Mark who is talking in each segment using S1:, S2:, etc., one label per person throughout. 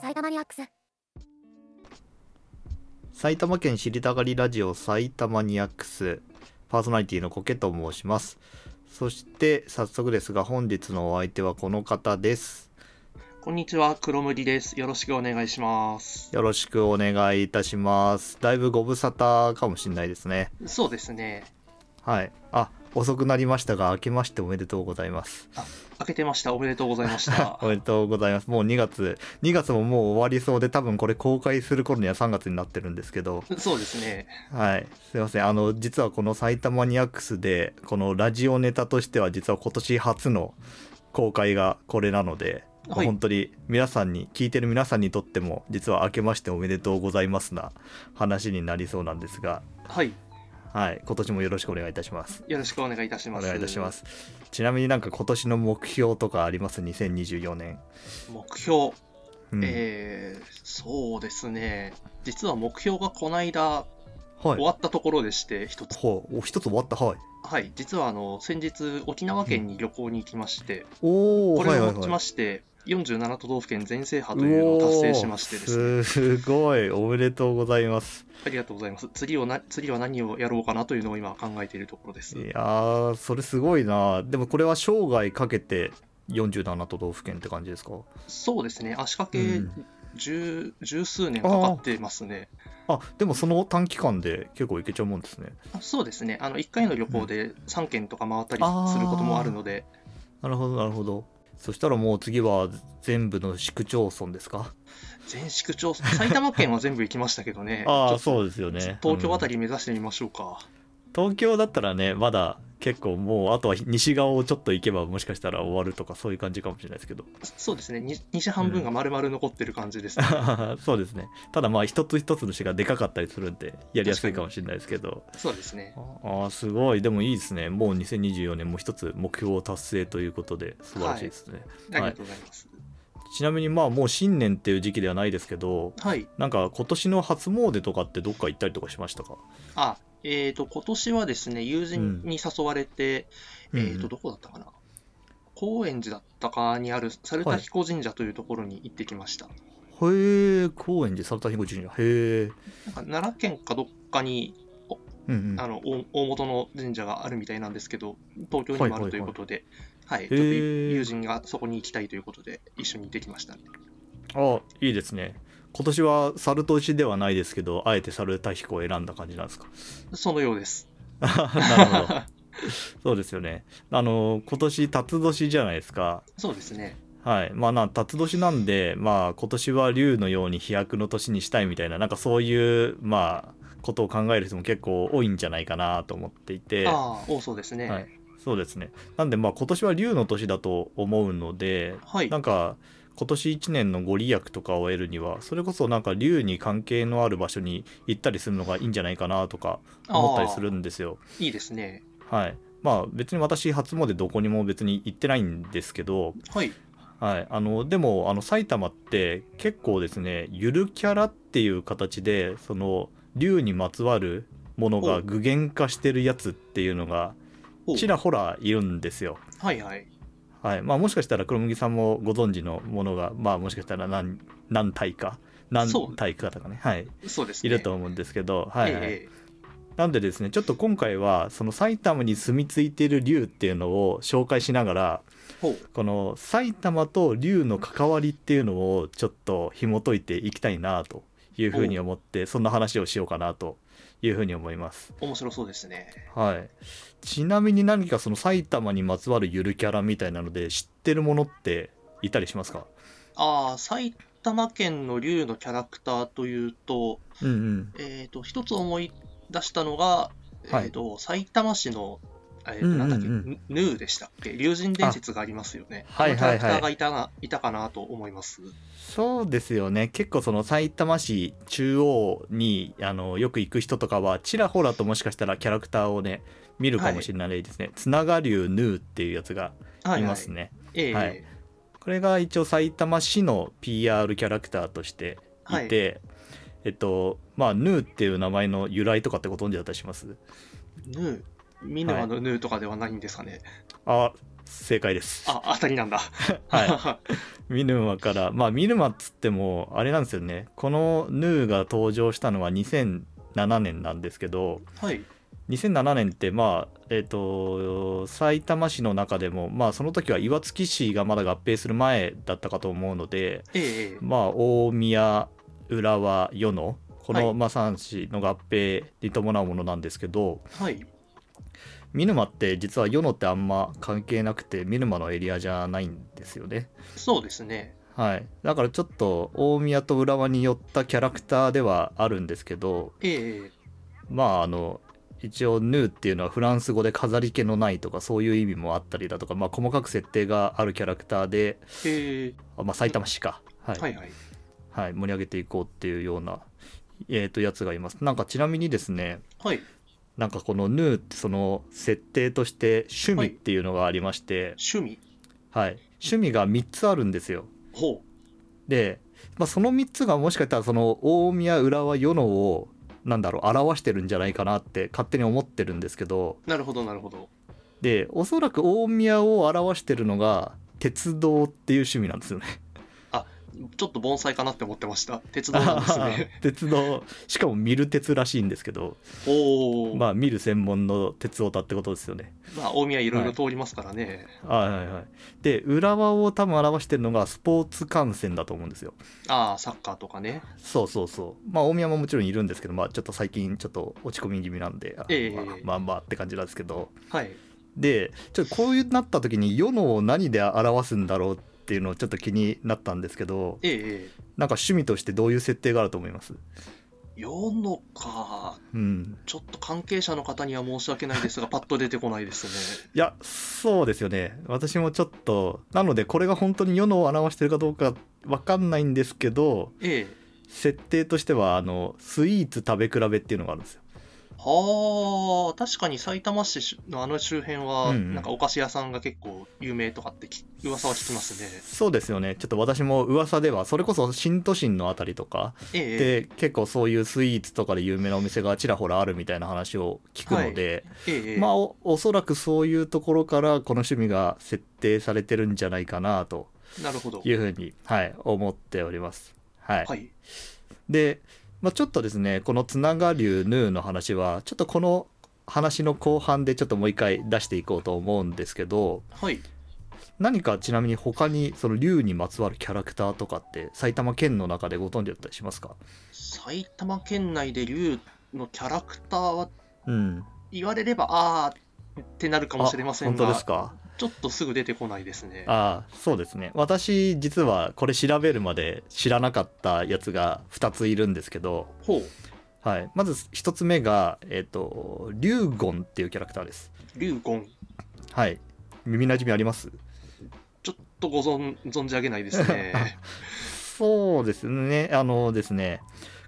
S1: 玉マニアックス。
S2: 埼玉県知りたがりラジオ埼玉ニアックスパーソナリティのコケと申しますそして早速ですが本日のお相手はこの方です
S3: こんにちは、黒麦です。よろしくお願いします。
S2: よろしくお願いいたしますだいぶご無沙汰かもしれないですね
S3: そうですね。
S2: はいあ遅くなりましたが明けましておめでとうございます
S3: 開けてました。おめでとうございました
S2: お。めでとうございますもう2月2月ももう終わりそうで多分これ公開する頃には3月になってるんですけど
S3: そうですね。
S2: はい、すいませんあの実はこの「埼玉ニアックス」でこのラジオネタとしては実は今年初の公開がこれなので、
S3: はい
S2: 本当に皆さんに聞いてる皆さんにとっても実は「明けましておめでとうございます」な話になりそうなんですが、
S3: はい。
S2: はい、今年もよろしくお願いいたします。
S3: よろしくお願いいたし
S2: お
S3: ます。
S2: 願いいたしま。すちなみになんか今年の目標とかあります2024年、
S3: 目標、
S2: うん
S3: えー、そうですね。実は目標がこの間
S2: はい
S3: 終わったところでして、一つ。
S2: ほうお一つ終わったはい
S3: はい。実はあの、先日沖縄県に旅行に行きまして、
S2: おお
S3: これを
S2: はい
S3: も
S2: は
S3: ち
S2: いは
S3: ま
S2: い
S3: して、47都道府県全制覇というのを達成しましてですね。
S2: おーすごいおめでとうございます
S3: ありがとうございます。次をな次は何をやろうかなというのを今考えているところです。
S2: いやーそれすごいなでもこれは生涯かけて47都道府県って感じですか
S3: そうですね、足掛
S2: う
S3: け
S2: ん
S3: 十,、十数年かかってますね。
S2: あでもその短期間で結構いけちゃうもんですね
S3: あそうですね、あの1回の旅行で3軒とか回ったり
S2: あー
S3: することもあるので、
S2: なるほどなるほどそしたらもう次は全部の市区町村ですか、
S3: 全市区町村、埼玉県は全部行きましたけどね
S2: ああ
S3: ちょっ
S2: そうですよね
S3: と東京あた
S2: り、
S3: り目指してみましょうか。
S2: うん東京だったらねまだ結構もうあとは西側をちょっと行けばもしかしたら終わるとかそういう感じかもしれないですけど
S3: そうですね、に西半分が丸々残ってる感じですね。
S2: そうですねただまあ一つ一つの市がでかかったりするんでやりやすいかもしれないですけど
S3: そうですね、
S2: ああすごいでもいいですねもう2024年も一つ目標を達成ということで素晴らしいですね、
S3: ありがとうございます。
S2: ちなみにまあもう新年っていう時期ではないですけど
S3: はい、
S2: なんか今年の初詣とかってどっか行ったりとかしましたか
S3: あえー、と今年はですね、友人に誘われて、えー、と
S2: うん
S3: どこだったかな、高円寺だったかにある猿田彦神社というところに行ってきました。
S2: へえ高円寺猿田彦神社へえ
S3: なんか奈良県かどっかに
S2: うんうん
S3: あの大大元の神社があるみたいなんですけど、東京にもあるということで、はい
S2: はい
S3: ちょっと
S2: へー
S3: 友人がそこに行きたいということで、一緒に行ってきました、ね。
S2: あいいですね今年は猿年ではないですけどあえて猿田彦を選んだ感じなんですか
S3: そのようです。
S2: なるほどそうですよねあの今年辰年じゃないですか
S3: そうですね。
S2: はい、まあな辰年なんで、まあ、今年は竜のように飛躍の年にしたいみたいななんかそういう、まあ、ことを考える人も結構多いんじゃないかなと思っていて、は
S3: ああ、多そうですね。
S2: い、そうですねなんでまあ今年は竜の年だと思うので
S3: はい。
S2: なんか今年1年のご利益とかを得るにはそれこそなんか竜に関係のある場所に行ったりするのがいいんじゃないかなとか思ったりするんですよ。
S3: ああいいですね。
S2: はいまあ、別に私初詣どこにも別に行ってないんですけど、
S3: はい。
S2: はい、あのでもあの埼玉って結構ですねゆるキャラっていう形でその竜にまつわるものが
S3: お
S2: 具現化してるやつっていうのが
S3: お
S2: ちらほらいるんですよ。
S3: はいはい。
S2: はいまあ、もしかしたら黒麦さんもご存知のものが、まあ、もしかしたら何何体か何体かとかね、はい、
S3: そうです
S2: い
S3: ね。
S2: ると思うんですけど、はいはい
S3: え
S2: なんでですねちょっと今回はその埼玉に住み着いている竜っていうのを紹介しながら
S3: えほう。
S2: この埼玉と龍の関わりっていうのをちょっと紐解いていきたいなというふうに思ってそんな話をしようかなというふうに思います。
S3: 面白そうですね。
S2: はい、ちなみに何かその埼玉にまつわるゆるキャラみたいなので知ってるものっていたりしますか
S3: ああ、埼玉県の竜のキャラクターというと、
S2: うんうん。
S3: えっ、と、一つ思い出したのが、
S2: はい
S3: えっ、と、埼玉市の、えっ、と、
S2: うんうんうん
S3: なんだっけ、ヌヌーでしたっけ竜神伝説がありますよね。
S2: あはいはいはい
S3: あのキャラクターがいたな、いたかなと思います。
S2: そうですよね結構その埼玉市中央にあのよく行く人とかはちらほらともしかしたらキャラクターをね見るかもしれないですね。つなが竜ヌーっていうやつが
S3: はい、はい
S2: いますね。
S3: ええ
S2: はいこれが一応埼玉市の PR キャラクターとしていて、えっとまあヌーっていう名前の由来とかってご存知だったりします
S3: ヌー。ミヌアのヌーとかではないんですかね。
S2: あ正解です
S3: あ、当たりなんだ。
S2: はミヌマからまあミヌマっつってもあれなんですよねこのヌーが登場したのは2007年なんですけど
S3: はい。
S2: 2007年ってまあえっ、と埼玉市の中でもまあその時は岩槻市がまだ合併する前だったかと思うので
S3: ええええ
S2: まあ大宮浦和与野この、
S3: はい
S2: まあ3市の合併に伴うものなんですけど
S3: はい。
S2: 見沼って実は与野ってあんま関係なくて見沼のエリアじゃないんですよね
S3: そうですね。
S2: はいだからちょっと大宮と浦和に寄ったキャラクターではあるんですけど
S3: ええええ
S2: まああの一応ヌーっていうのはフランス語で飾り気のないとかそういう意味もあったりだとか、まあ、細かく設定があるキャラクターで、
S3: ええ
S2: あまあ、埼玉市か、はい
S3: はいはい。
S2: はい、盛り上げていこうっていうような、えー、とやつがいますなんかちなみにですね
S3: はい。
S2: なんかこのヌーってその設定として趣味っていうのがありまして、
S3: 趣味。
S2: はい趣味が3つあるんですよ
S3: ほう。
S2: で、まあ、その3つがもしかしたらその大宮浦和与野をなんだろう表してるんじゃないかなって勝手に思ってるんですけど
S3: なるほど、なるほど。
S2: でおそらく大宮を表してるのが鉄道っていう趣味なんですよね。
S3: ちょっと盆栽かなって思ってました。鉄道なんですね。
S2: 鉄道しかも見る鉄らしいんですけど、
S3: おお。ま
S2: まあ、見る専門の鉄オタってことですよね。
S3: あ、大宮いろいろ通りますからね。
S2: はいはいはい、で浦和を多分表してるのがスポーツ観戦だと思うんですよ。
S3: ああ、サッカーとかね。
S2: そうそうそうまあ大宮ももちろんいるんですけど、まあ、ちょっと最近ちょっと落ち込み気味なんで、あ
S3: ええ
S2: まあ、まあまあって感じなんですけど
S3: はい。
S2: でちょっとこういうなった時に世のを何で表すんだろうっていうのをちょっと気になったんですけど
S3: えええ
S2: なんか趣味としてどういう設定があると思います
S3: え世のか。
S2: うん
S3: ちょっと関係者の方には申し訳ないで すが、パッと出てこないですね。
S2: いやそうですよね私もちょっとなのでこれが本当に世のを表してるかどうかわかんないんですけど
S3: ええ
S2: 設定としてはあのスイーツ食べ比べっていうのがあるんですよ
S3: はあ、確かに埼玉市のあの周辺は、
S2: うんうん
S3: なんかお菓子屋さんが結構有名とかってき噂は聞きますね。
S2: そうですよねちょっと私も噂ではそれこそ新都心のあたりとか
S3: ええ
S2: で結構そういうスイーツとかで有名なお店がちらほらあるみたいな話を聞くので、
S3: ええ
S2: まあおおそらくそういうところからこの趣味が設定されてるんじゃないかなと
S3: なるほど。
S2: いうふうに、はい、思っております。はい、
S3: はい。
S2: で、まあ、ちょっとですねこの「つなが流ヌー」の話はちょっとこの話の後半でちょっともう一回出していこうと思うんですけど
S3: はい。
S2: 何かちなみに他にその竜にまつわるキャラクターとかって埼玉県の中でご存知だったりしますか
S3: 埼玉県内で竜のキャラクターは
S2: うん
S3: 言われれば、ああってなるかもしれません
S2: あ本当で
S3: が
S2: す、か
S3: ちょっとすぐ出てこないですね。
S2: ああそうですね私実はこれ調べるまで知らなかったやつが2ついるんですけど、
S3: ほう。
S2: はい、まず1つ目がえっ、と竜言っていうキャラクターです
S3: 竜言。
S2: はい耳なじみあります
S3: ちょっとご存存じ上げないです ね。
S2: そうですねあのですね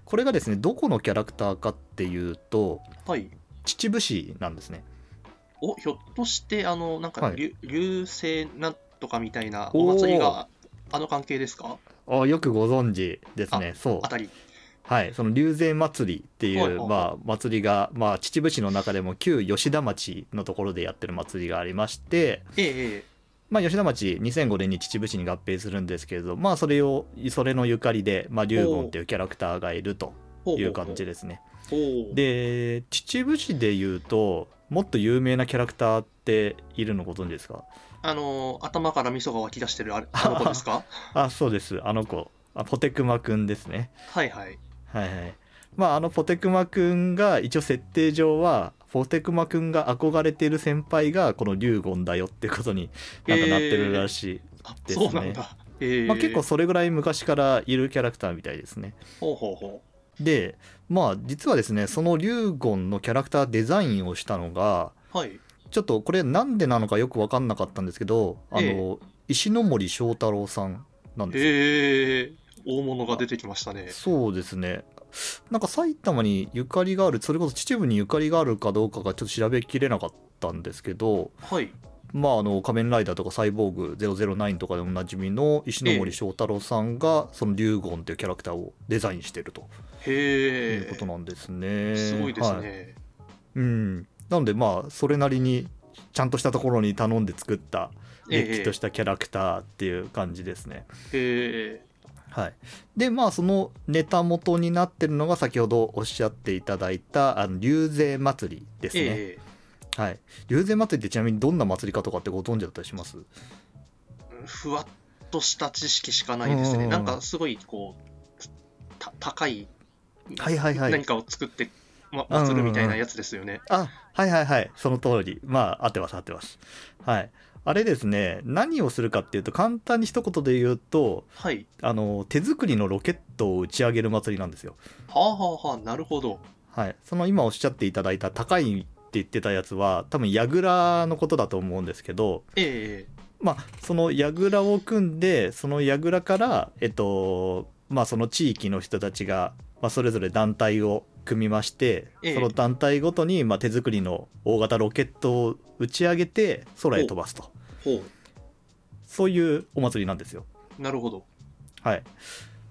S2: これがですねどこのキャラクターかっていうと
S3: はい。
S2: 秩父市なんですね
S3: おひょっとしてあのなんか
S2: はい
S3: 流流星なんとかみたいな
S2: おー
S3: お祭りがあの関係ですか
S2: あよくご存知ですねそう
S3: あたり
S2: はい、その竜禅祭りっていう、
S3: はいはいはい
S2: まあ、祭りが、まあ、秩父市の中でも旧吉田町のところでやってる祭りがありまして、
S3: ええええ
S2: まあ、吉田町2005年に秩父市に合併するんですけれど、まあ、それをそれのゆかりで、まあ、竜言っていうキャラクターがいると
S3: ほ
S2: いう感じ
S3: で
S2: ですね。
S3: ほう
S2: で秩父市でいうともっと有名なキャラクターっているのご存知ですか
S3: あの頭から味噌が湧き出して るあれあの子ですか
S2: あそうですあの子あポテクマくんですね。
S3: はいはい
S2: はいはいまああのポテクマくんが一応設定上はポテクマくんが憧れている先輩がこの龍言だよってことになんかなってるらしい、
S3: あ
S2: ですね
S3: そうなんだええ
S2: まあ、結構それぐらい昔からいるキャラクターみたいですね
S3: ほうほうほ
S2: でまあ実はですねその龍言のキャラクターデザインをしたのが
S3: うはい
S2: ちょっとこれなんでなのかよく分かんなかったんですけどあ
S3: え
S2: の石ノ森章太郎さんなんですよ
S3: ええ大物が出てきましたね
S2: そうですね。なんか埼玉にゆかりがある、それこそ秩父にゆかりがあるかどうかがちょっと調べきれなかったんですけど、
S3: はい
S2: まあ、あの仮面ライダーとかサイボーグ009とかでおなじみの石森章太郎さんが、その龍言っていうキャラクターをデザインしてると
S3: へ
S2: い
S3: え
S2: うことなんですね。
S3: すごいですね、
S2: はいうん、なのでまあそれなりにちゃんとしたところに頼んで作ったれっきとしたキャラクターっていう感じですね。
S3: え
S2: はい、でまあそのネタ元になってるのが先ほどおっしゃっていただいたあの竜勢祭りで
S3: え
S2: すね。
S3: ええ
S2: はい、竜勢祭りってちなみにどんな祭りかとかってご存知だったりします
S3: ふわっとした知識しかないです
S2: うんうんう
S3: ね。
S2: ん
S3: なんかすごいこうた高い
S2: はいはいはい
S3: 何かを作って、ま、祭るみたいなやつですよね。
S2: あはいはいはいその通りまあ合ってます合ってますはいあれですね何をするかっていうと簡単に一言で言うと
S3: はい。
S2: あの手作りのロケットを打ち上げる祭りなんですよ
S3: はあはあはあなるほど。
S2: はいその今おっしゃっていただいた高いって言ってたやつは多分櫓のことだと思うんですけど
S3: え
S2: まあその櫓を組んでその櫓からえっとまあその地域の人たちが、まあ、それぞれ団体を組みまして、
S3: ええ
S2: その団体ごとに、まあ、手作りの大型ロケットを打ち上げて空へ飛ばすと
S3: えほ
S2: そういうお祭りなんですよ。
S3: うなるほど。
S2: はい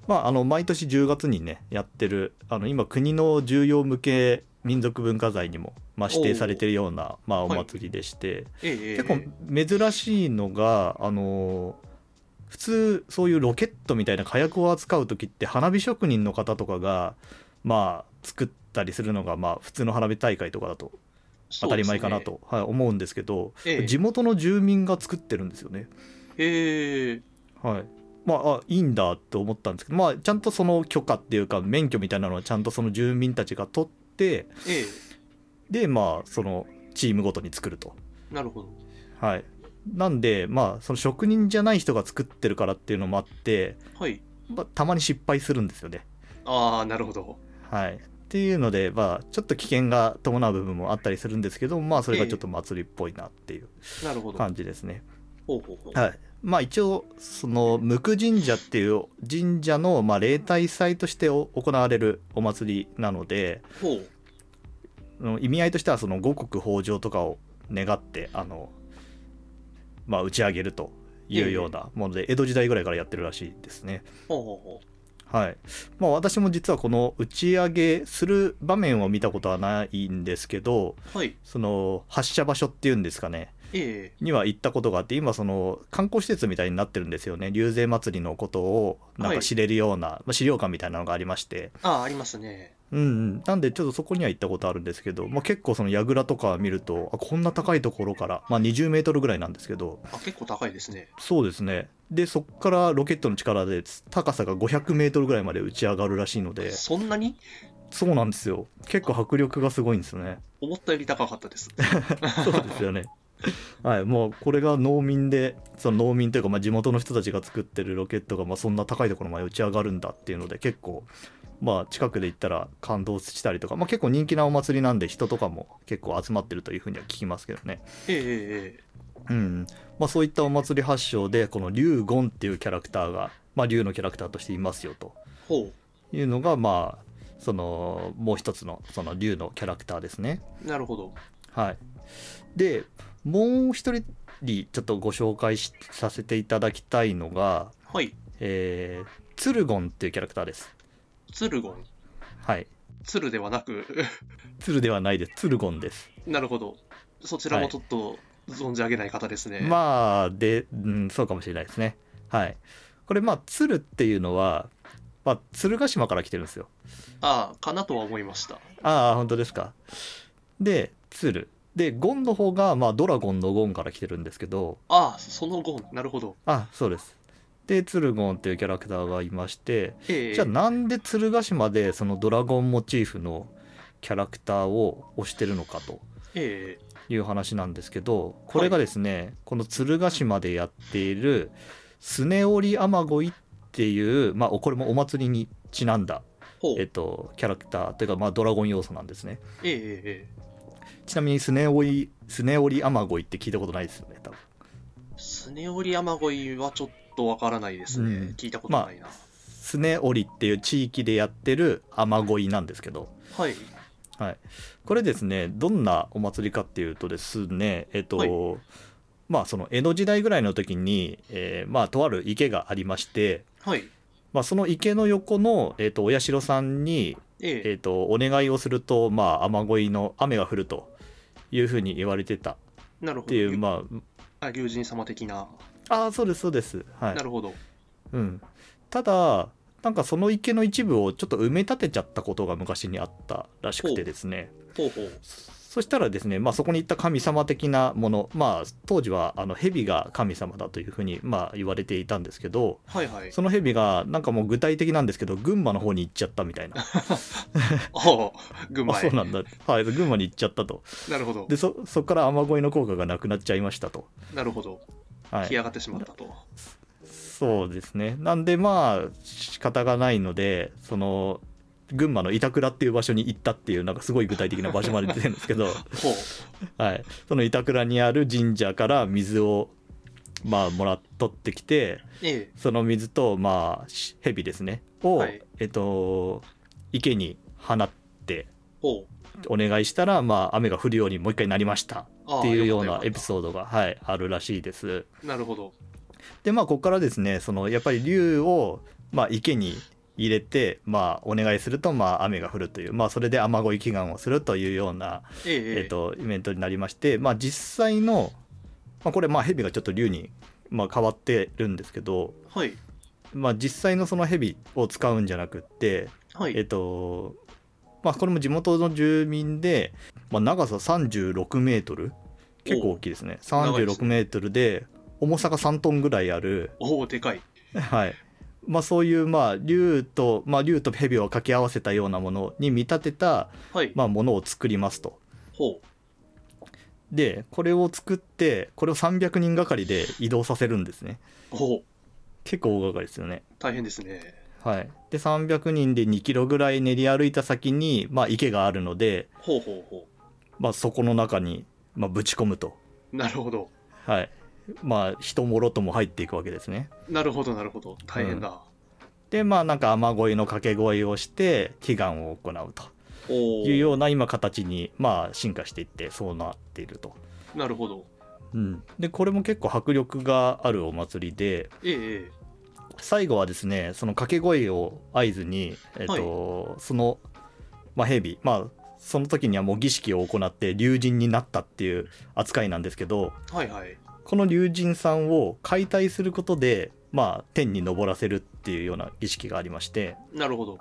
S2: まあ、あの毎年10月にねやってるあの今国の重要無形民族文化財にも、まあ、指定されてるようなまあ、お
S3: はい
S2: 祭りでして、
S3: ええ
S2: 結構珍しいのが、あのー普通そういうロケットみたいな火薬を扱う時って花火職人の方とかがまあ作ったりするのがまあ普通の花火大会とかだと当たり前かなと、。はい、思うんですけど、
S3: そうですねええ
S2: 地元の住民が作ってるんですよね。
S3: ええ
S2: はいまあ、あいいんだと思ったんですけど、まあ、ちゃんとその許可っていうか免許みたいなのはちゃんとその住民たちが取って
S3: え
S2: でまあそのチームごとに作ると
S3: えなるほど。
S2: はい、なんでまあその職人じゃない人が作ってるからっていうのもあって、
S3: はい。
S2: まあ、たまに失敗するんですよね。
S3: ああなるほど。
S2: はい、っていうので、まあ、ちょっと危険が伴う部分もあったりするんですけどまあそれがちょっと祭りっぽいなっていう
S3: なるほど。
S2: 感じですね。
S3: ほうほうほう。
S2: はいまあ、一応その無垢神社っていう神社のまあ例大祭としてお行われるお祭りなので
S3: ほう。
S2: あの意味合いとしてはその五穀豊穣とかを願ってあの、まあ、打ち上げるというようなもので、江戸時代ぐらいからやってるらしいですね。
S3: ほうほうほ
S2: はいまあ、私も実はこの打ち上げする場面を見たことはないんですけど
S3: う。はい。
S2: その発射場所っていうんですかね
S3: え
S2: には行ったことがあって今その観光施設みたいになってるんですよね竜勢祭りのことをなんか知れるような、まあ資料館みたいなのがありまして、
S3: えああありますね。
S2: うんうん、なんでちょっとそこには行ったことあるんですけど、まあ、結構その櫓とか見るとあこんな高いところから、まあ、20メートルぐらいなんですけど
S3: あ結構高いですね。
S2: そうですねでそこからロケットの力で高さが500メートルぐらいまで打ち上がるらしいので
S3: そんなに
S2: そうなんですよ結構迫力がすごいんですよね
S3: 思ったより高かったです。
S2: そうですよねはいもうこれが農民でその農民というか、まあ、地元の人たちが作ってるロケットが、まあ、そんな高いところまで打ち上がるんだっていうので結構まあ近くで行ったら感動したりとか、まあ、結構人気なお祭りなんで人とかも結構集まってるというふうには聞きますけどね
S3: ええええ
S2: うんまあそういったお祭り発祥でこの龍言っていうキャラクターが、まあ、龍のキャラクターとしていますよと
S3: ほ
S2: いうのがまあそのもう一つのその龍のキャラクターですね
S3: う。なるほど。
S2: はい、でもう一人ちょっとご紹介しさせていただきたいのが、
S3: はい。
S2: えー、ツルゴンっていうキャラクターです。
S3: ツルゴン。
S2: はい、
S3: ツルではなく、
S2: ツルではないです。ツルゴンです。
S3: なるほど。そちらもちょっと存じ上げない方ですね。あ、
S2: まあで、うん、そうかもしれないですね。はい、これまあツルっていうのは、まあ、鶴ヶ島から来てるんですよ。
S3: ああかなとは思いました。
S2: ああ本当ですか。でツルでゴンの方が、まあ、ドラゴンのゴンから来てるんですけど、
S3: ああそのゴン。なるほど。
S2: あそうです。でツルゴンっていうキャラクターがいまして、
S3: ええ
S2: じゃあなんで鶴ヶ島でそのドラゴンモチーフのキャラクターを推してるのかと
S3: ええ
S2: いう話なんですけどこれがですね、この鶴ヶ島でやっているスネオリアマゴイっていう、まあ、これもお祭りにちなんだ、
S3: ほう。
S2: えっと、キャラクターというか、まあ、ドラゴン要素なんですね
S3: ええええ
S2: ちなみにスネオリスネオリアマゴイって聞いたことないですよね多分
S3: スネオリアマゴイはちょっとわからないですね。
S2: うん
S3: 聞いたことないな。
S2: スネオリっていう地域でやってるアマゴイなんですけど
S3: はい。
S2: はい、これですねどんなお祭りかっていうとですねえっと、
S3: はい
S2: まあその江戸時代ぐらいの時に、えーまあとある池がありまして、
S3: はい。
S2: まあ、その池の横の、えっとお社さんに、
S3: ええ
S2: えっとお願いをするとまあ雨乞いの雨が降るというふうに言われてたっ
S3: なるほ
S2: て
S3: ど。
S2: いう
S3: あ
S2: ま
S3: 竜神様的な。
S2: あああそうですそうですはい
S3: なるほど。
S2: うん、ただなんかその池の一部をちょっと埋め立てちゃったことが昔にあったらしくてですね
S3: ほうほう。
S2: そそしたらですね、まあ、そこに行った神様的なもの、まあ、当時はあの蛇が神様だというふうにまあ言われていたんですけど
S3: はいはい。
S2: その蛇がなんかもう具体的なんですけど群馬の方に行っちゃったみたいな
S3: ああ、群
S2: あ
S3: 馬
S2: そ
S3: へ
S2: う。なんだ、はい、群馬に行っちゃったと
S3: なるほど
S2: で。そそこから雨乞いの効果がなくなっちゃいましたと。
S3: なるほど。
S2: は
S3: 干
S2: い、
S3: 上がってしまったと。
S2: そうですねなんでまあ仕方がないのでその群馬の板倉っていう場所に行ったっていうなんかすごい具体的な場所まで出てるんですけど、
S3: ほう。
S2: はい、その板倉にある神社から水をまあもらっとってきて
S3: ええ。
S2: その水とまあし蛇ですねを、
S3: はい
S2: えっと池に放って
S3: ほう。
S2: お願いしたらまあ雨が降るようにもう一回なりました
S3: ああ
S2: っていうようなエピ
S3: ー
S2: ソードがはいあるらしいです。
S3: ド。なるほど。
S2: でまあここからですねそのやっぱり竜を、まあ、池に入れて、まあ、お願いすると、まあ、雨が降るという、まあ、それで雨乞い祈願をするというような、
S3: え
S2: え
S3: ええ
S2: っ
S3: え。
S2: とイベントになりまして、まあ、実際の、まあ、これまあ蛇がちょっと竜に、まあ、変わってるんですけど、
S3: はい。
S2: まあ、実際のその蛇を使うんじゃなくって、
S3: は
S2: えっ
S3: い。
S2: とまあ、これも地元の住民で、まあ、長さ36メートル結構大きいですね
S3: 長いです
S2: 36メートルで重さが3トンぐらいある
S3: おお、でかい。
S2: はい。まあそういうまあ竜とまあ竜と蛇を掛け合わせたようなものに見立てた
S3: はい。
S2: まあものを作りますと。
S3: ほ
S2: でこれを作ってこれを300人がかりで移動させるんですね。
S3: う。ほう。
S2: 結構大掛かりですよね。
S3: 大変ですね。
S2: はい。で300人で2キロぐらい練り歩いた先にまあ池があるので
S3: ほうほうほ
S2: まあそこの中にまあぶち込むと。
S3: う。なるほど。
S2: はい。まあ人もろとも入っていくわけですね。
S3: なるほど、なるほど。大変だ。
S2: でまあなんか雨乞いの掛け声をして祈願を行うと。
S3: おお。
S2: いうような今形にまあ進化していってそうなっていると。
S3: なるほど。
S2: うん、でこれも結構迫力があるお祭りで
S3: ええええ。
S2: 最後はですねその掛け声を合図に、えっとその、まあ、蛇まあその時にはもう儀式を行って竜神になったっていう扱いなんですけど
S3: はいはい。
S2: この竜神さんを解体することで、まあ、天に昇らせるっていうような儀式がありまして、
S3: なるほど。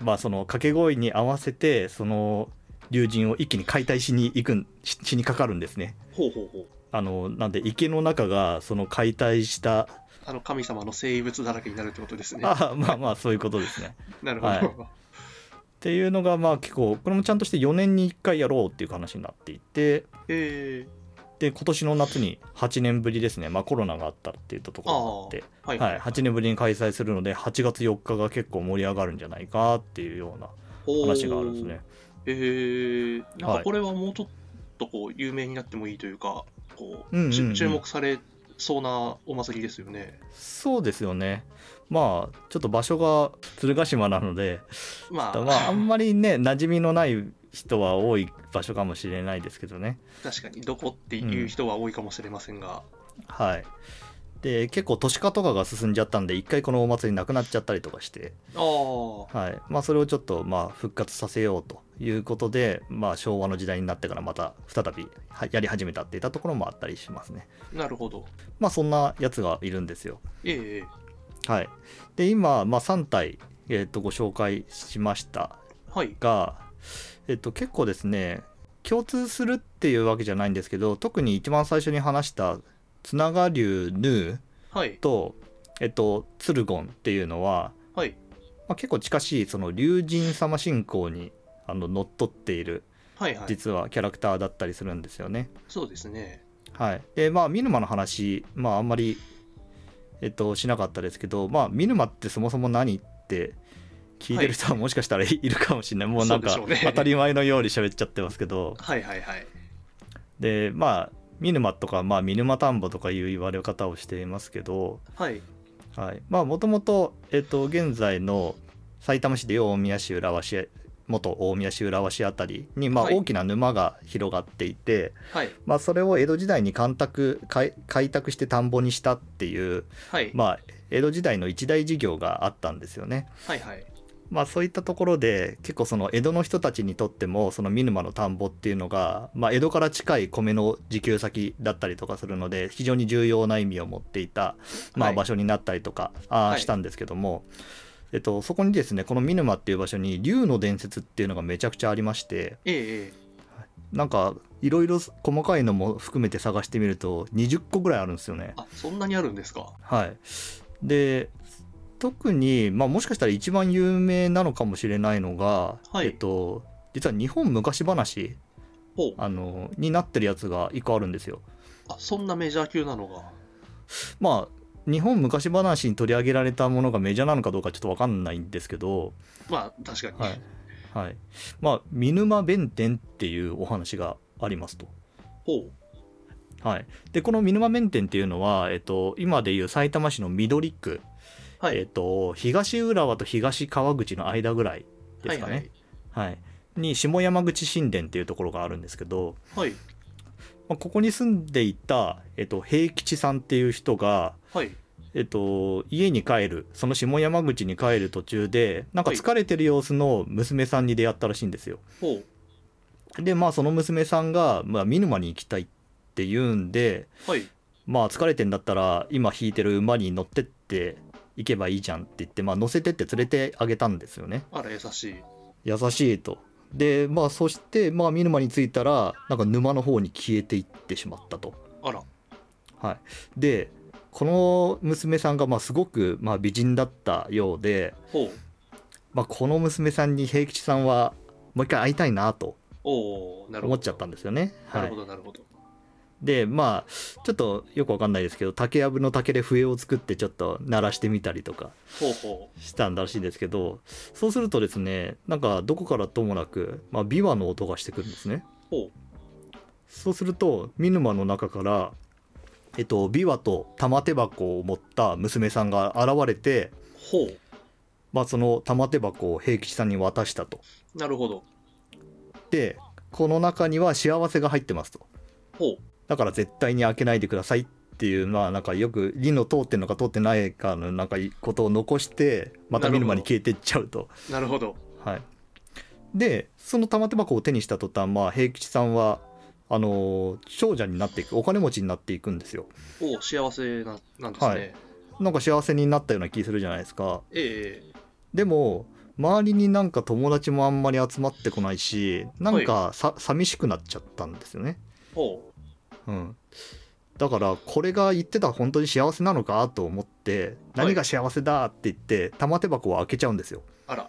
S2: まあ、その掛け声に合わせてその竜神を一気に解体しに行くんししにかかるんですね。
S3: ほうほうほう。
S2: あのなんで池の中がその解体した、
S3: あの神様の生物だらけになるってことですね。
S2: あまあまあそういうことですね。
S3: なるほど。
S2: はいっていうのがまあ結構これもちゃんとして4年に1回やろうっていう話になっていて
S3: ええ
S2: で今年の夏に8年ぶりですね、まあ、コロナがあったって言ったところがあって。
S3: はい
S2: はい、8年ぶりに開催するので8月4日が結構盛り上がるんじゃないかっていうような話があるんですね。
S3: おー。ええなん
S2: は
S3: か
S2: い
S3: これはもうちょっとこう有名になってもいいというか、こう、
S2: うんうんうん
S3: ち注目されそうなお祭りですよね。
S2: そうですよねまあちょっと場所が鶴ヶ島なので
S3: まあ、
S2: まああんまりね馴染みのない人は多い場所かもしれないですけどね。
S3: 確かにどこっていう人は多いかもしれませんが、
S2: はい。で結構都市化とかが進んじゃったんで一回このお祭りなくなっちゃったりとかして、
S3: ああ、
S2: はいまあ、それをちょっとまあ復活させようということで、まあ、昭和の時代になってからまた再びはやり始めたっていったところもあったりしますね。
S3: なるほど。
S2: まあそんなやつがいるんですよ。
S3: ええええ
S2: はい、で今、まあ、3体、えっとご紹介しました
S3: はい。
S2: が、えっと結構ですね共通するっていうわけじゃないんですけど特に一番最初に話した「つなが竜ヌー」
S3: はい。
S2: と、えっと、ツルゴンっていうのは、
S3: はい。
S2: まあ、結構近しいその竜神様信仰にあの乗っ取っている
S3: はいはい。
S2: 実はキャラクターだったりするんですよね。
S3: そうですね。
S2: はい、でまあ見沼の話、まあ、あんまり、えっと、しなかったですけど、まあ、見沼ってそもそも何って聞いてる人はもしかしたらいるかもしれない、もうなんか
S3: そうでしょうね
S2: 当たり前のように喋っちゃってますけど
S3: はいはいはい。
S2: でまあ見沼とか、まあ、見沼田んぼとかいう言われ方をしていますけど、
S3: はい。
S2: はい、まあもともと、えっと、現在の埼玉市でいう大宮市浦和市元大宮市浦和市あたりに、まあ、
S3: はい
S2: 大きな沼が広がっていて、
S3: はい。
S2: まあ、それを江戸時代に干拓開開拓して田んぼにしたっていう、
S3: はい。
S2: まあ、江戸時代の一大事業があったんですよね。
S3: はいはい。
S2: まあそういったところで結構その江戸の人たちにとってもその見沼の田んぼっていうのが、まあ、江戸から近い米の自給先だったりとかするので非常に重要な意味を持っていた、まあ、
S3: はい
S2: 場所になったりとか、あー
S3: はい
S2: したんですけども、えっと、そこにですねこの見沼っていう場所に竜の伝説っていうのがめちゃくちゃありまして
S3: えええ
S2: なんかいろいろ細かいのも含めて探してみると20個ぐらいあるんですよね
S3: え。あそんなにあるんですか
S2: はい、で特に、まあ、もしかしたら一番有名なのかもしれないのが、
S3: はい
S2: えっと、実は日本昔話
S3: ほう
S2: あのになってるやつが1個あるんですよ。
S3: あそんなメジャー級なのが
S2: まあ日本昔話に取り上げられたものがメジャーなのかどうかちょっと分かんないんですけど、
S3: まあ確かに、
S2: はいはいまあ、見沼弁天っていうお話がありますと。
S3: ほう
S2: はい、でこの見沼弁天っていうのは、えっと、今でいうさいたま市の緑区、
S3: はい、
S2: えっと、東浦和と東川口の間ぐらいですかね。
S3: はい
S2: はい、に下山口神殿っていうところがあるんですけど、
S3: はい
S2: まあ、ここに住んでいた、えっと、平吉さんっていう人が、
S3: はい、はい
S2: えっと、家に帰るその下山口に帰る途中でなんか疲れてる様子の娘さんに出会ったらしいんですよ。
S3: ほう
S2: でまあその娘さんが、まあ、見沼に行きたいって言うんで
S3: はい
S2: まあ疲れてんだったら今引いてる馬に乗ってって行けばいいじゃんって言って、まあ、乗せてって連れてあげたんですよね。
S3: あら優しい
S2: 優しいとでまあそしてまあ見沼に着いたらなんか沼の方に消えていってしまったと
S3: あら
S2: はいでこの娘さんがまあすごくまあ美人だったようで、
S3: ほう
S2: まあ、この娘さんに平吉さんはもう一回会いたいなと
S3: おおなるほ
S2: 思
S3: ど
S2: っちゃったんですよね、は
S3: なる
S2: い
S3: ほ、どなるほど
S2: でまあちょっとよくわかんないですけど竹やぶの竹で笛を作ってちょっと鳴らしてみたりとか
S3: ほうほ
S2: したんだらしいんですけどそうするとですねなんかどこからともなく、まあ、琵琶の音がしてくるんですね
S3: うほ
S2: そうすると見沼の中から、えっと、琵琶と玉手箱を持った娘さんが現れて、
S3: うほう
S2: まあ、その玉手箱を平吉さんに渡したと。
S3: なるほど
S2: でこの中には幸せが入ってますと。
S3: ほう
S2: だから絶対に開けないでくださいっていうまあなんかよく理の通ってんのか通ってないかのなんかことを残してまた見沼に消えてっちゃうと。
S3: なるほど
S2: はい、でその玉手箱を手にした途端、まあ、平吉さんはあのー長者になっていくお金持ちになっていくんですよ。
S3: おお幸せななんですね、
S2: はいなんか幸せになったような気するじゃないですか
S3: え
S2: でも周りになんか友達もあんまり集まってこないしなんかさ、寂しくなっちゃったんですよね
S3: えほ
S2: うんだからこれが言ってた本当に幸せなのかと思って
S3: はい
S2: 何が幸せだって言って玉手箱を開けちゃうんですよ
S3: うあら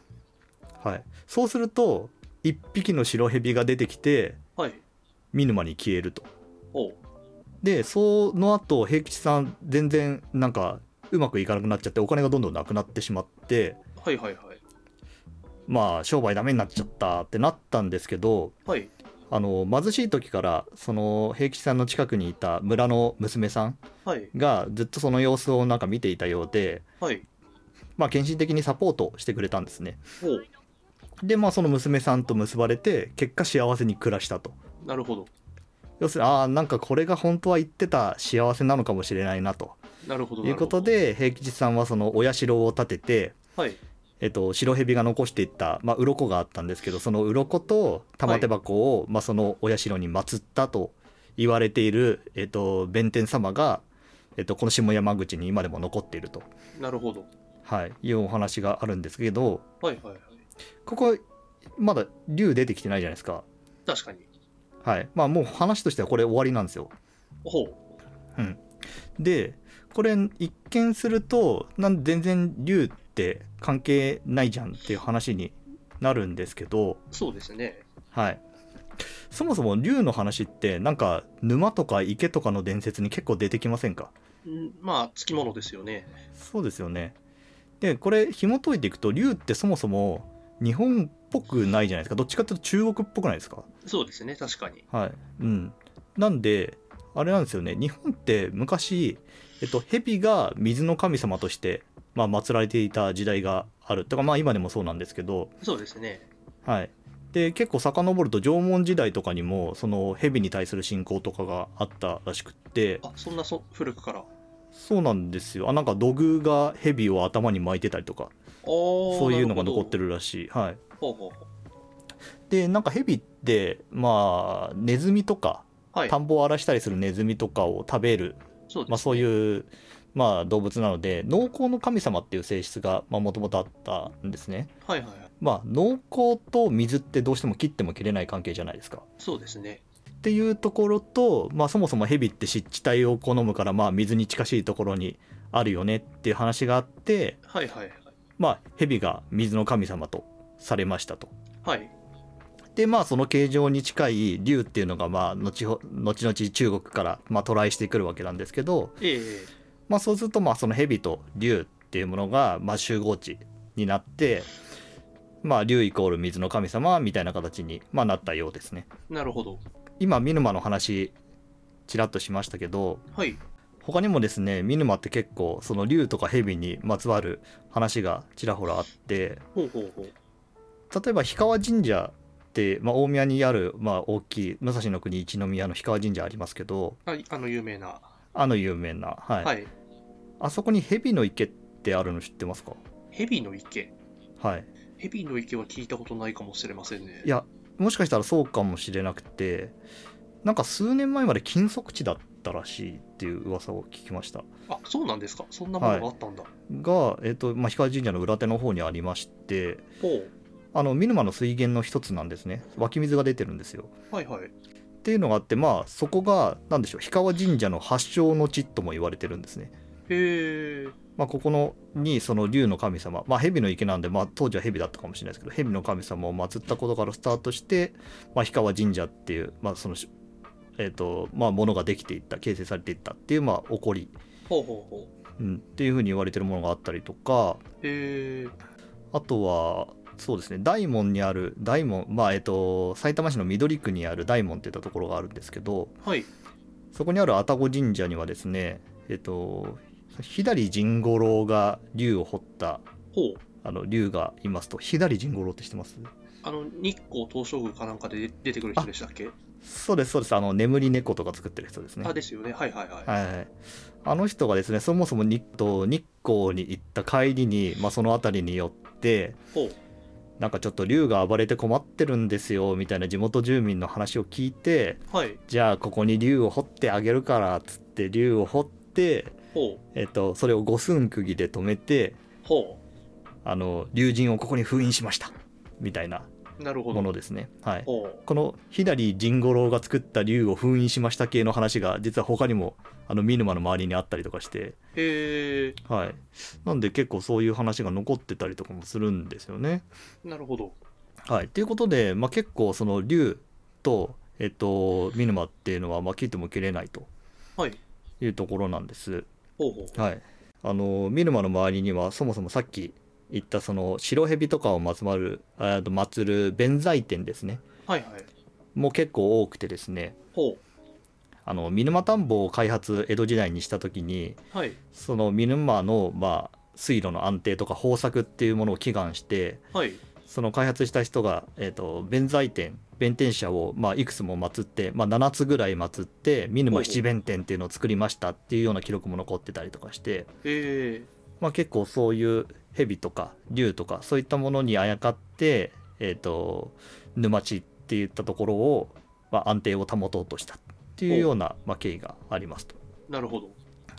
S2: はいそうすると1匹の白蛇が出てきて
S3: はい
S2: 見沼に消えると
S3: ほう
S2: でその後平吉さん全然なんかうまくいかなくなっちゃってお金がどんどんなくなってしまって
S3: はいはいはい
S2: まあ商売ダメになっちゃったってなったんですけど
S3: はい
S2: あの貧しい時からその平吉さんの近くにいた村の娘さん
S3: はい
S2: がずっとその様子をなんか見ていたようで、
S3: はい
S2: まあ、献身的にサポートしてくれたんですね
S3: ほう
S2: でまあその娘さんと結ばれて結果幸せに暮らしたと
S3: なるほど
S2: 要するにああなんかこれが本当は言ってた幸せなのかもしれないなと
S3: なるほど
S2: いうことで平吉さんはそのお社を建てて
S3: はい
S2: えっと、白蛇が残していった、まあ、鱗があったんですけどその鱗と玉手箱を、まあ、そのお社に祀ったと言われている、えっと、弁天様が、えっと、この下山口に今でも残っていると、
S3: なるほど
S2: はい、いうお話があるんですけど
S3: はいはいはい
S2: ここまだ竜出てきてないじゃないですか、
S3: 確かに
S2: はいまあ、もう話としてはこれ終わりなんですよ。
S3: ほう
S2: でこれ一見するとなん全然竜って関係ないじゃんっていう話になるんですけど。
S3: そうですね
S2: はい、そもそも竜の話ってなんか沼とか池とかの伝説に結構出てきませんか
S3: んまあつきものですよね
S2: そうですよねでこれ紐解いていくと竜ってそもそも日本っぽくないじゃないですかどっちかっていうと中国っぽくないですか
S3: そうですね確かに
S2: はいうんなんであれなんですよね日本って昔、えっと、蛇が水の神様として、まあ、祀られていた時代があるとかまあ今でもそうなんですけど、
S3: そうですね
S2: はい、で結構遡ると縄文時代とかにもその蛇に対する信仰とかがあったらしくって
S3: あそんなそ古くから
S2: そうなんですよあなんか土偶が蛇を頭に巻いてたりとかそういうのが残って
S3: る
S2: るらしい、はい、
S3: ほど。ほうほうほ
S2: でなんかヘビってまあネズミとか
S3: うはい
S2: 田。んぼを荒らしたりするネズミとかを食べる、
S3: そうですね
S2: まあ、そういう、まあ、動物なので農耕の神様っていう性質がもともとあったんですね、
S3: はいはいはい。
S2: まあ、農耕と水ってどうしても切っても切れない関係じゃないですか。
S3: そうですね。
S2: っていうところと、まあ、そもそもヘビって湿地帯を好むから、まあ、水に近しいところにあるよねっていう話があって、
S3: はいはいはい。
S2: まあ、ヘビが水の神様とされましたと。
S3: はい。
S2: でまあその形状に近い竜っていうのがまあ後ほ後々中国からまあ渡来してくるわけなんですけど、
S3: ええ
S2: まあ、そうするとまあその蛇と竜っていうものがまあ集合値になって、まあ、竜イコール水の神様みたいな形にまあなったようですね。
S3: なるほど。
S2: 今見沼の話ちらっとしましたけど
S3: はい。
S2: 他にもですね見沼って結構その竜とか蛇にまつわる話がちらほらあって
S3: ほうほうほう。
S2: 例えば氷川神社って、まあ、大宮にある、まあ、大きい武蔵の国一宮の氷川神社ありますけど
S3: はい、あの有名な。
S2: あの有名な、はい
S3: はい。
S2: あそこに蛇の池ってあるの知ってますか
S3: 蛇の池。
S2: はい
S3: 蛇の池は聞いたことないかもしれませんね。
S2: いやもしかしたらそうかもしれなくてなんか数年前まで禁足地だったらしいっていう噂を聞きました
S3: あ、そうなんですか。そんなものがあったんだ。
S2: が、えっとまあ、氷川神社の裏手の方にありまして
S3: ほう。
S2: あの見沼の水源の一つなんですね湧き水が出てるんですよ
S3: はいはい。
S2: っていうのがあってまあそこが何でしょう氷川神社の発祥の地とも言われてるんですね
S3: へえ。
S2: まあ、ここのにその竜の神様、まあ、蛇の池なんで、まあ、当時は蛇だったかもしれないですけど蛇の神様を祀ったことからスタートして、まあ、氷川神社っていう、まあそのしえーとまあ、ものができていった形成されていったっていう、まあ、起こり、
S3: ほうほうほう。
S2: うん、っていうふうに言われてるものがあったりとか
S3: へえ。
S2: あとはそうですね大門にある大門、まあえー、と埼玉市の緑区にある大門っていったところがあるんですけど
S3: はい。
S2: そこにある愛宕神社にはですね、えー、と左神五郎が竜を彫った
S3: ほう。
S2: あの竜がいますと左陣五郎って知ってます
S3: あの、日光東照宮かなんかで出出てくる人でしたっけ
S2: そうですそうですあの眠り猫とか作ってる人ですね
S3: あ、ですよね。はいはいはい。
S2: はいはいあの人がですねそもそも日と日光に行った帰りに、まあ、その辺りに寄って
S3: ほう。
S2: なんかちょっと竜が暴れて困ってるんですよみたいな地元住民の話を聞いて
S3: はい。
S2: じゃあここに竜を掘ってあげるからっつって竜を掘って、
S3: ほ
S2: えっと、それを五寸釘で止めて
S3: う。ほ
S2: あの竜神をここに封印しましたみたいな
S3: う。なるほ
S2: もの
S3: ど。
S2: ですね。はい、
S3: ほう。
S2: この左陣五郎が作った竜を封印しました系の話が実は他にもあの見沼の周りにあったりとかして、
S3: へえ。
S2: はい、なんで結構そういう話が残ってたりとかもするんですよね。
S3: なるほど。
S2: はい、ということで、まあ、結構その竜と、えっと、見沼っていうのはまあ切っても切れないと
S3: はい。
S2: いうところなんです。
S3: ほうほう。
S2: はい、あの見沼の周りにはそもそもさっき言ったその白蛇とかを祀るあの祀る弁財天ですね
S3: はいはい。
S2: もう結構多くてですね
S3: ほ
S2: あの見沼田んぼを開発江戸時代にした時に
S3: う。はい。
S2: その見沼の、まあ、水路の安定とか豊作っていうものを祈願して
S3: はい。
S2: その開発した人が、えー、と弁財天弁天社を、まあ、いくつも祀って、まあ、7つぐらい祀って見
S3: お
S2: 沼
S3: う
S2: 七弁天っていうのを作りましたっていうような記録も残ってたりとかして、
S3: へえ。
S2: まあ、結構そういう蛇とか竜とかそういったものにあやかって、えー、と沼地っていったところを、まあ、安定を保とうとしたっていうような、まあ、経緯がありますと。
S3: なるほど。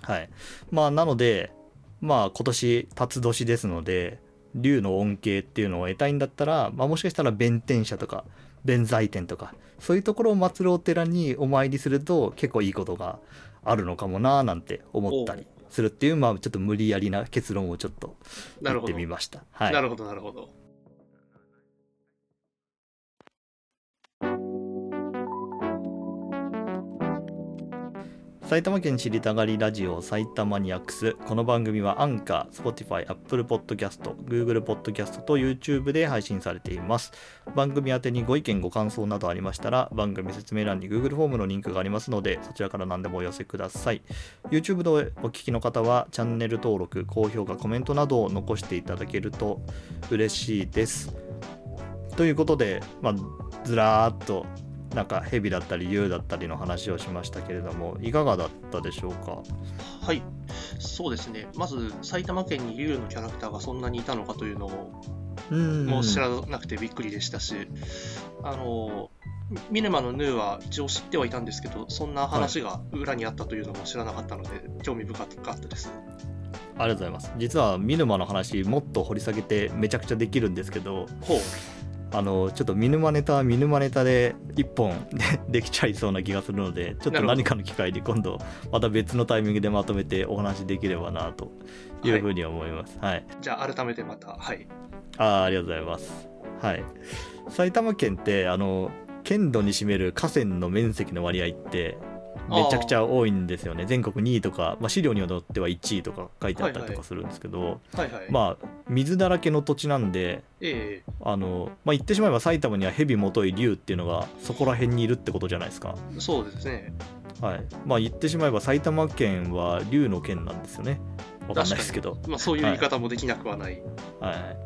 S2: はい。まあ、なので、まあ、今年、辰年ですので、竜の恩恵っていうのを得たいんだったら、まあ、もしかしたら弁天社とか、弁財天とか、そういうところを祀るお寺にお参りすると、結構いいことがあるのかもなーなんて思ったりするっていう、まあ、ちょっと無理やりな結論をちょっと
S3: な
S2: 言
S3: る
S2: っ
S3: ほ
S2: て
S3: ど。
S2: みました。はい
S3: な。るほど、なるほど。
S2: 埼玉県知りたがりラジオ埼玉ニアックスこの番組はアンカー、Spotify、Apple Podcast、Google Podcast と YouTube で配信されています番組宛てにご意見ご感想などありましたら番組説明欄に Google フォームのリンクがありますのでそちらから何でもお寄せください YouTube でお聞きの方はチャンネル登録、高評価、コメントなどを残していただけると嬉しいですということで、まあ、ずらーっとなんか蛇だったり竜だったりの話をしましたけれどもいかがだったでしょうか
S3: はい。そうですねまず埼玉県に竜のキャラクターがそんなにいたのかというのを
S2: うん
S3: もう知らなくてびっくりでしたし、あのミネマのヌーは一応知ってはいたんですけどそんな話が裏にあったというのも知らなかったので、興味深かったです
S2: ありがとうございます実は見沼の話もっと掘り下げてめちゃくちゃできるんですけど
S3: ほう
S2: あのちょっと見沼ネタは見沼ネタで1本 できちゃいそうな気がするのでちょっと
S3: なるほど
S2: 何かの機会で今度また別のタイミングでまとめてお話できればなというふうに思います。はい、
S3: じゃあ改めてまたはい
S2: あーありがとうございます。はい、埼玉県ってあの県土に占める河川の面積の割合ってめちゃくちゃ多いんですよね全国2位とか、まあ、資料によっては1位とか書いてあったりとかするんですけど、
S3: はいはい、
S2: まあ水だらけの土地なんで
S3: え
S2: あの、まあ、言ってしまえば埼玉には蛇もとい竜っていうのがそこら辺にいるってことじゃないですか、
S3: えそうですね
S2: はいまあ、言ってしまえば埼玉県は竜の県なんですよねわかんないですけど
S3: まあそういう言い方もできなくはない、
S2: はい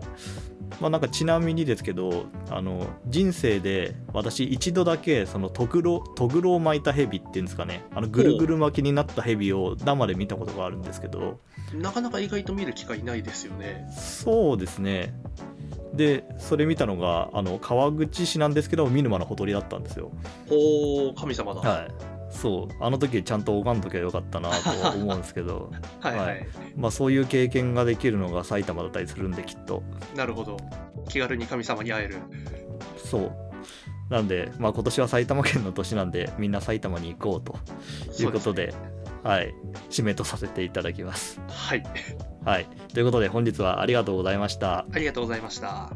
S2: まあ、なんかちなみにですけどあの人生で私一度だけそのトグロトグロを巻いたヘビっていうんですかねあのぐるぐる巻きになったヘビを生で見たことがあるんですけど
S3: なかなか意外と見る機会ないですよね
S2: そうですねでそれ見たのがあの川口市なんですけど見沼のほとりだったんですよ
S3: ほう神様だ、
S2: はいそうあの時ちゃんと拝んどきゃよかったなとは思うんですけ ど
S3: はいはい、
S2: はまあそういう経験ができるのが埼玉だったりするんできっと
S3: なるほど気軽に神様に会える
S2: そう。なんで、まあ、今年は埼玉県の年なんで、みんな埼玉に行こうということで、
S3: そうすね
S2: はい、締めとさせていただきます。
S3: はい
S2: はい、ということで、本日はありがとうございました。
S3: ありがとうございました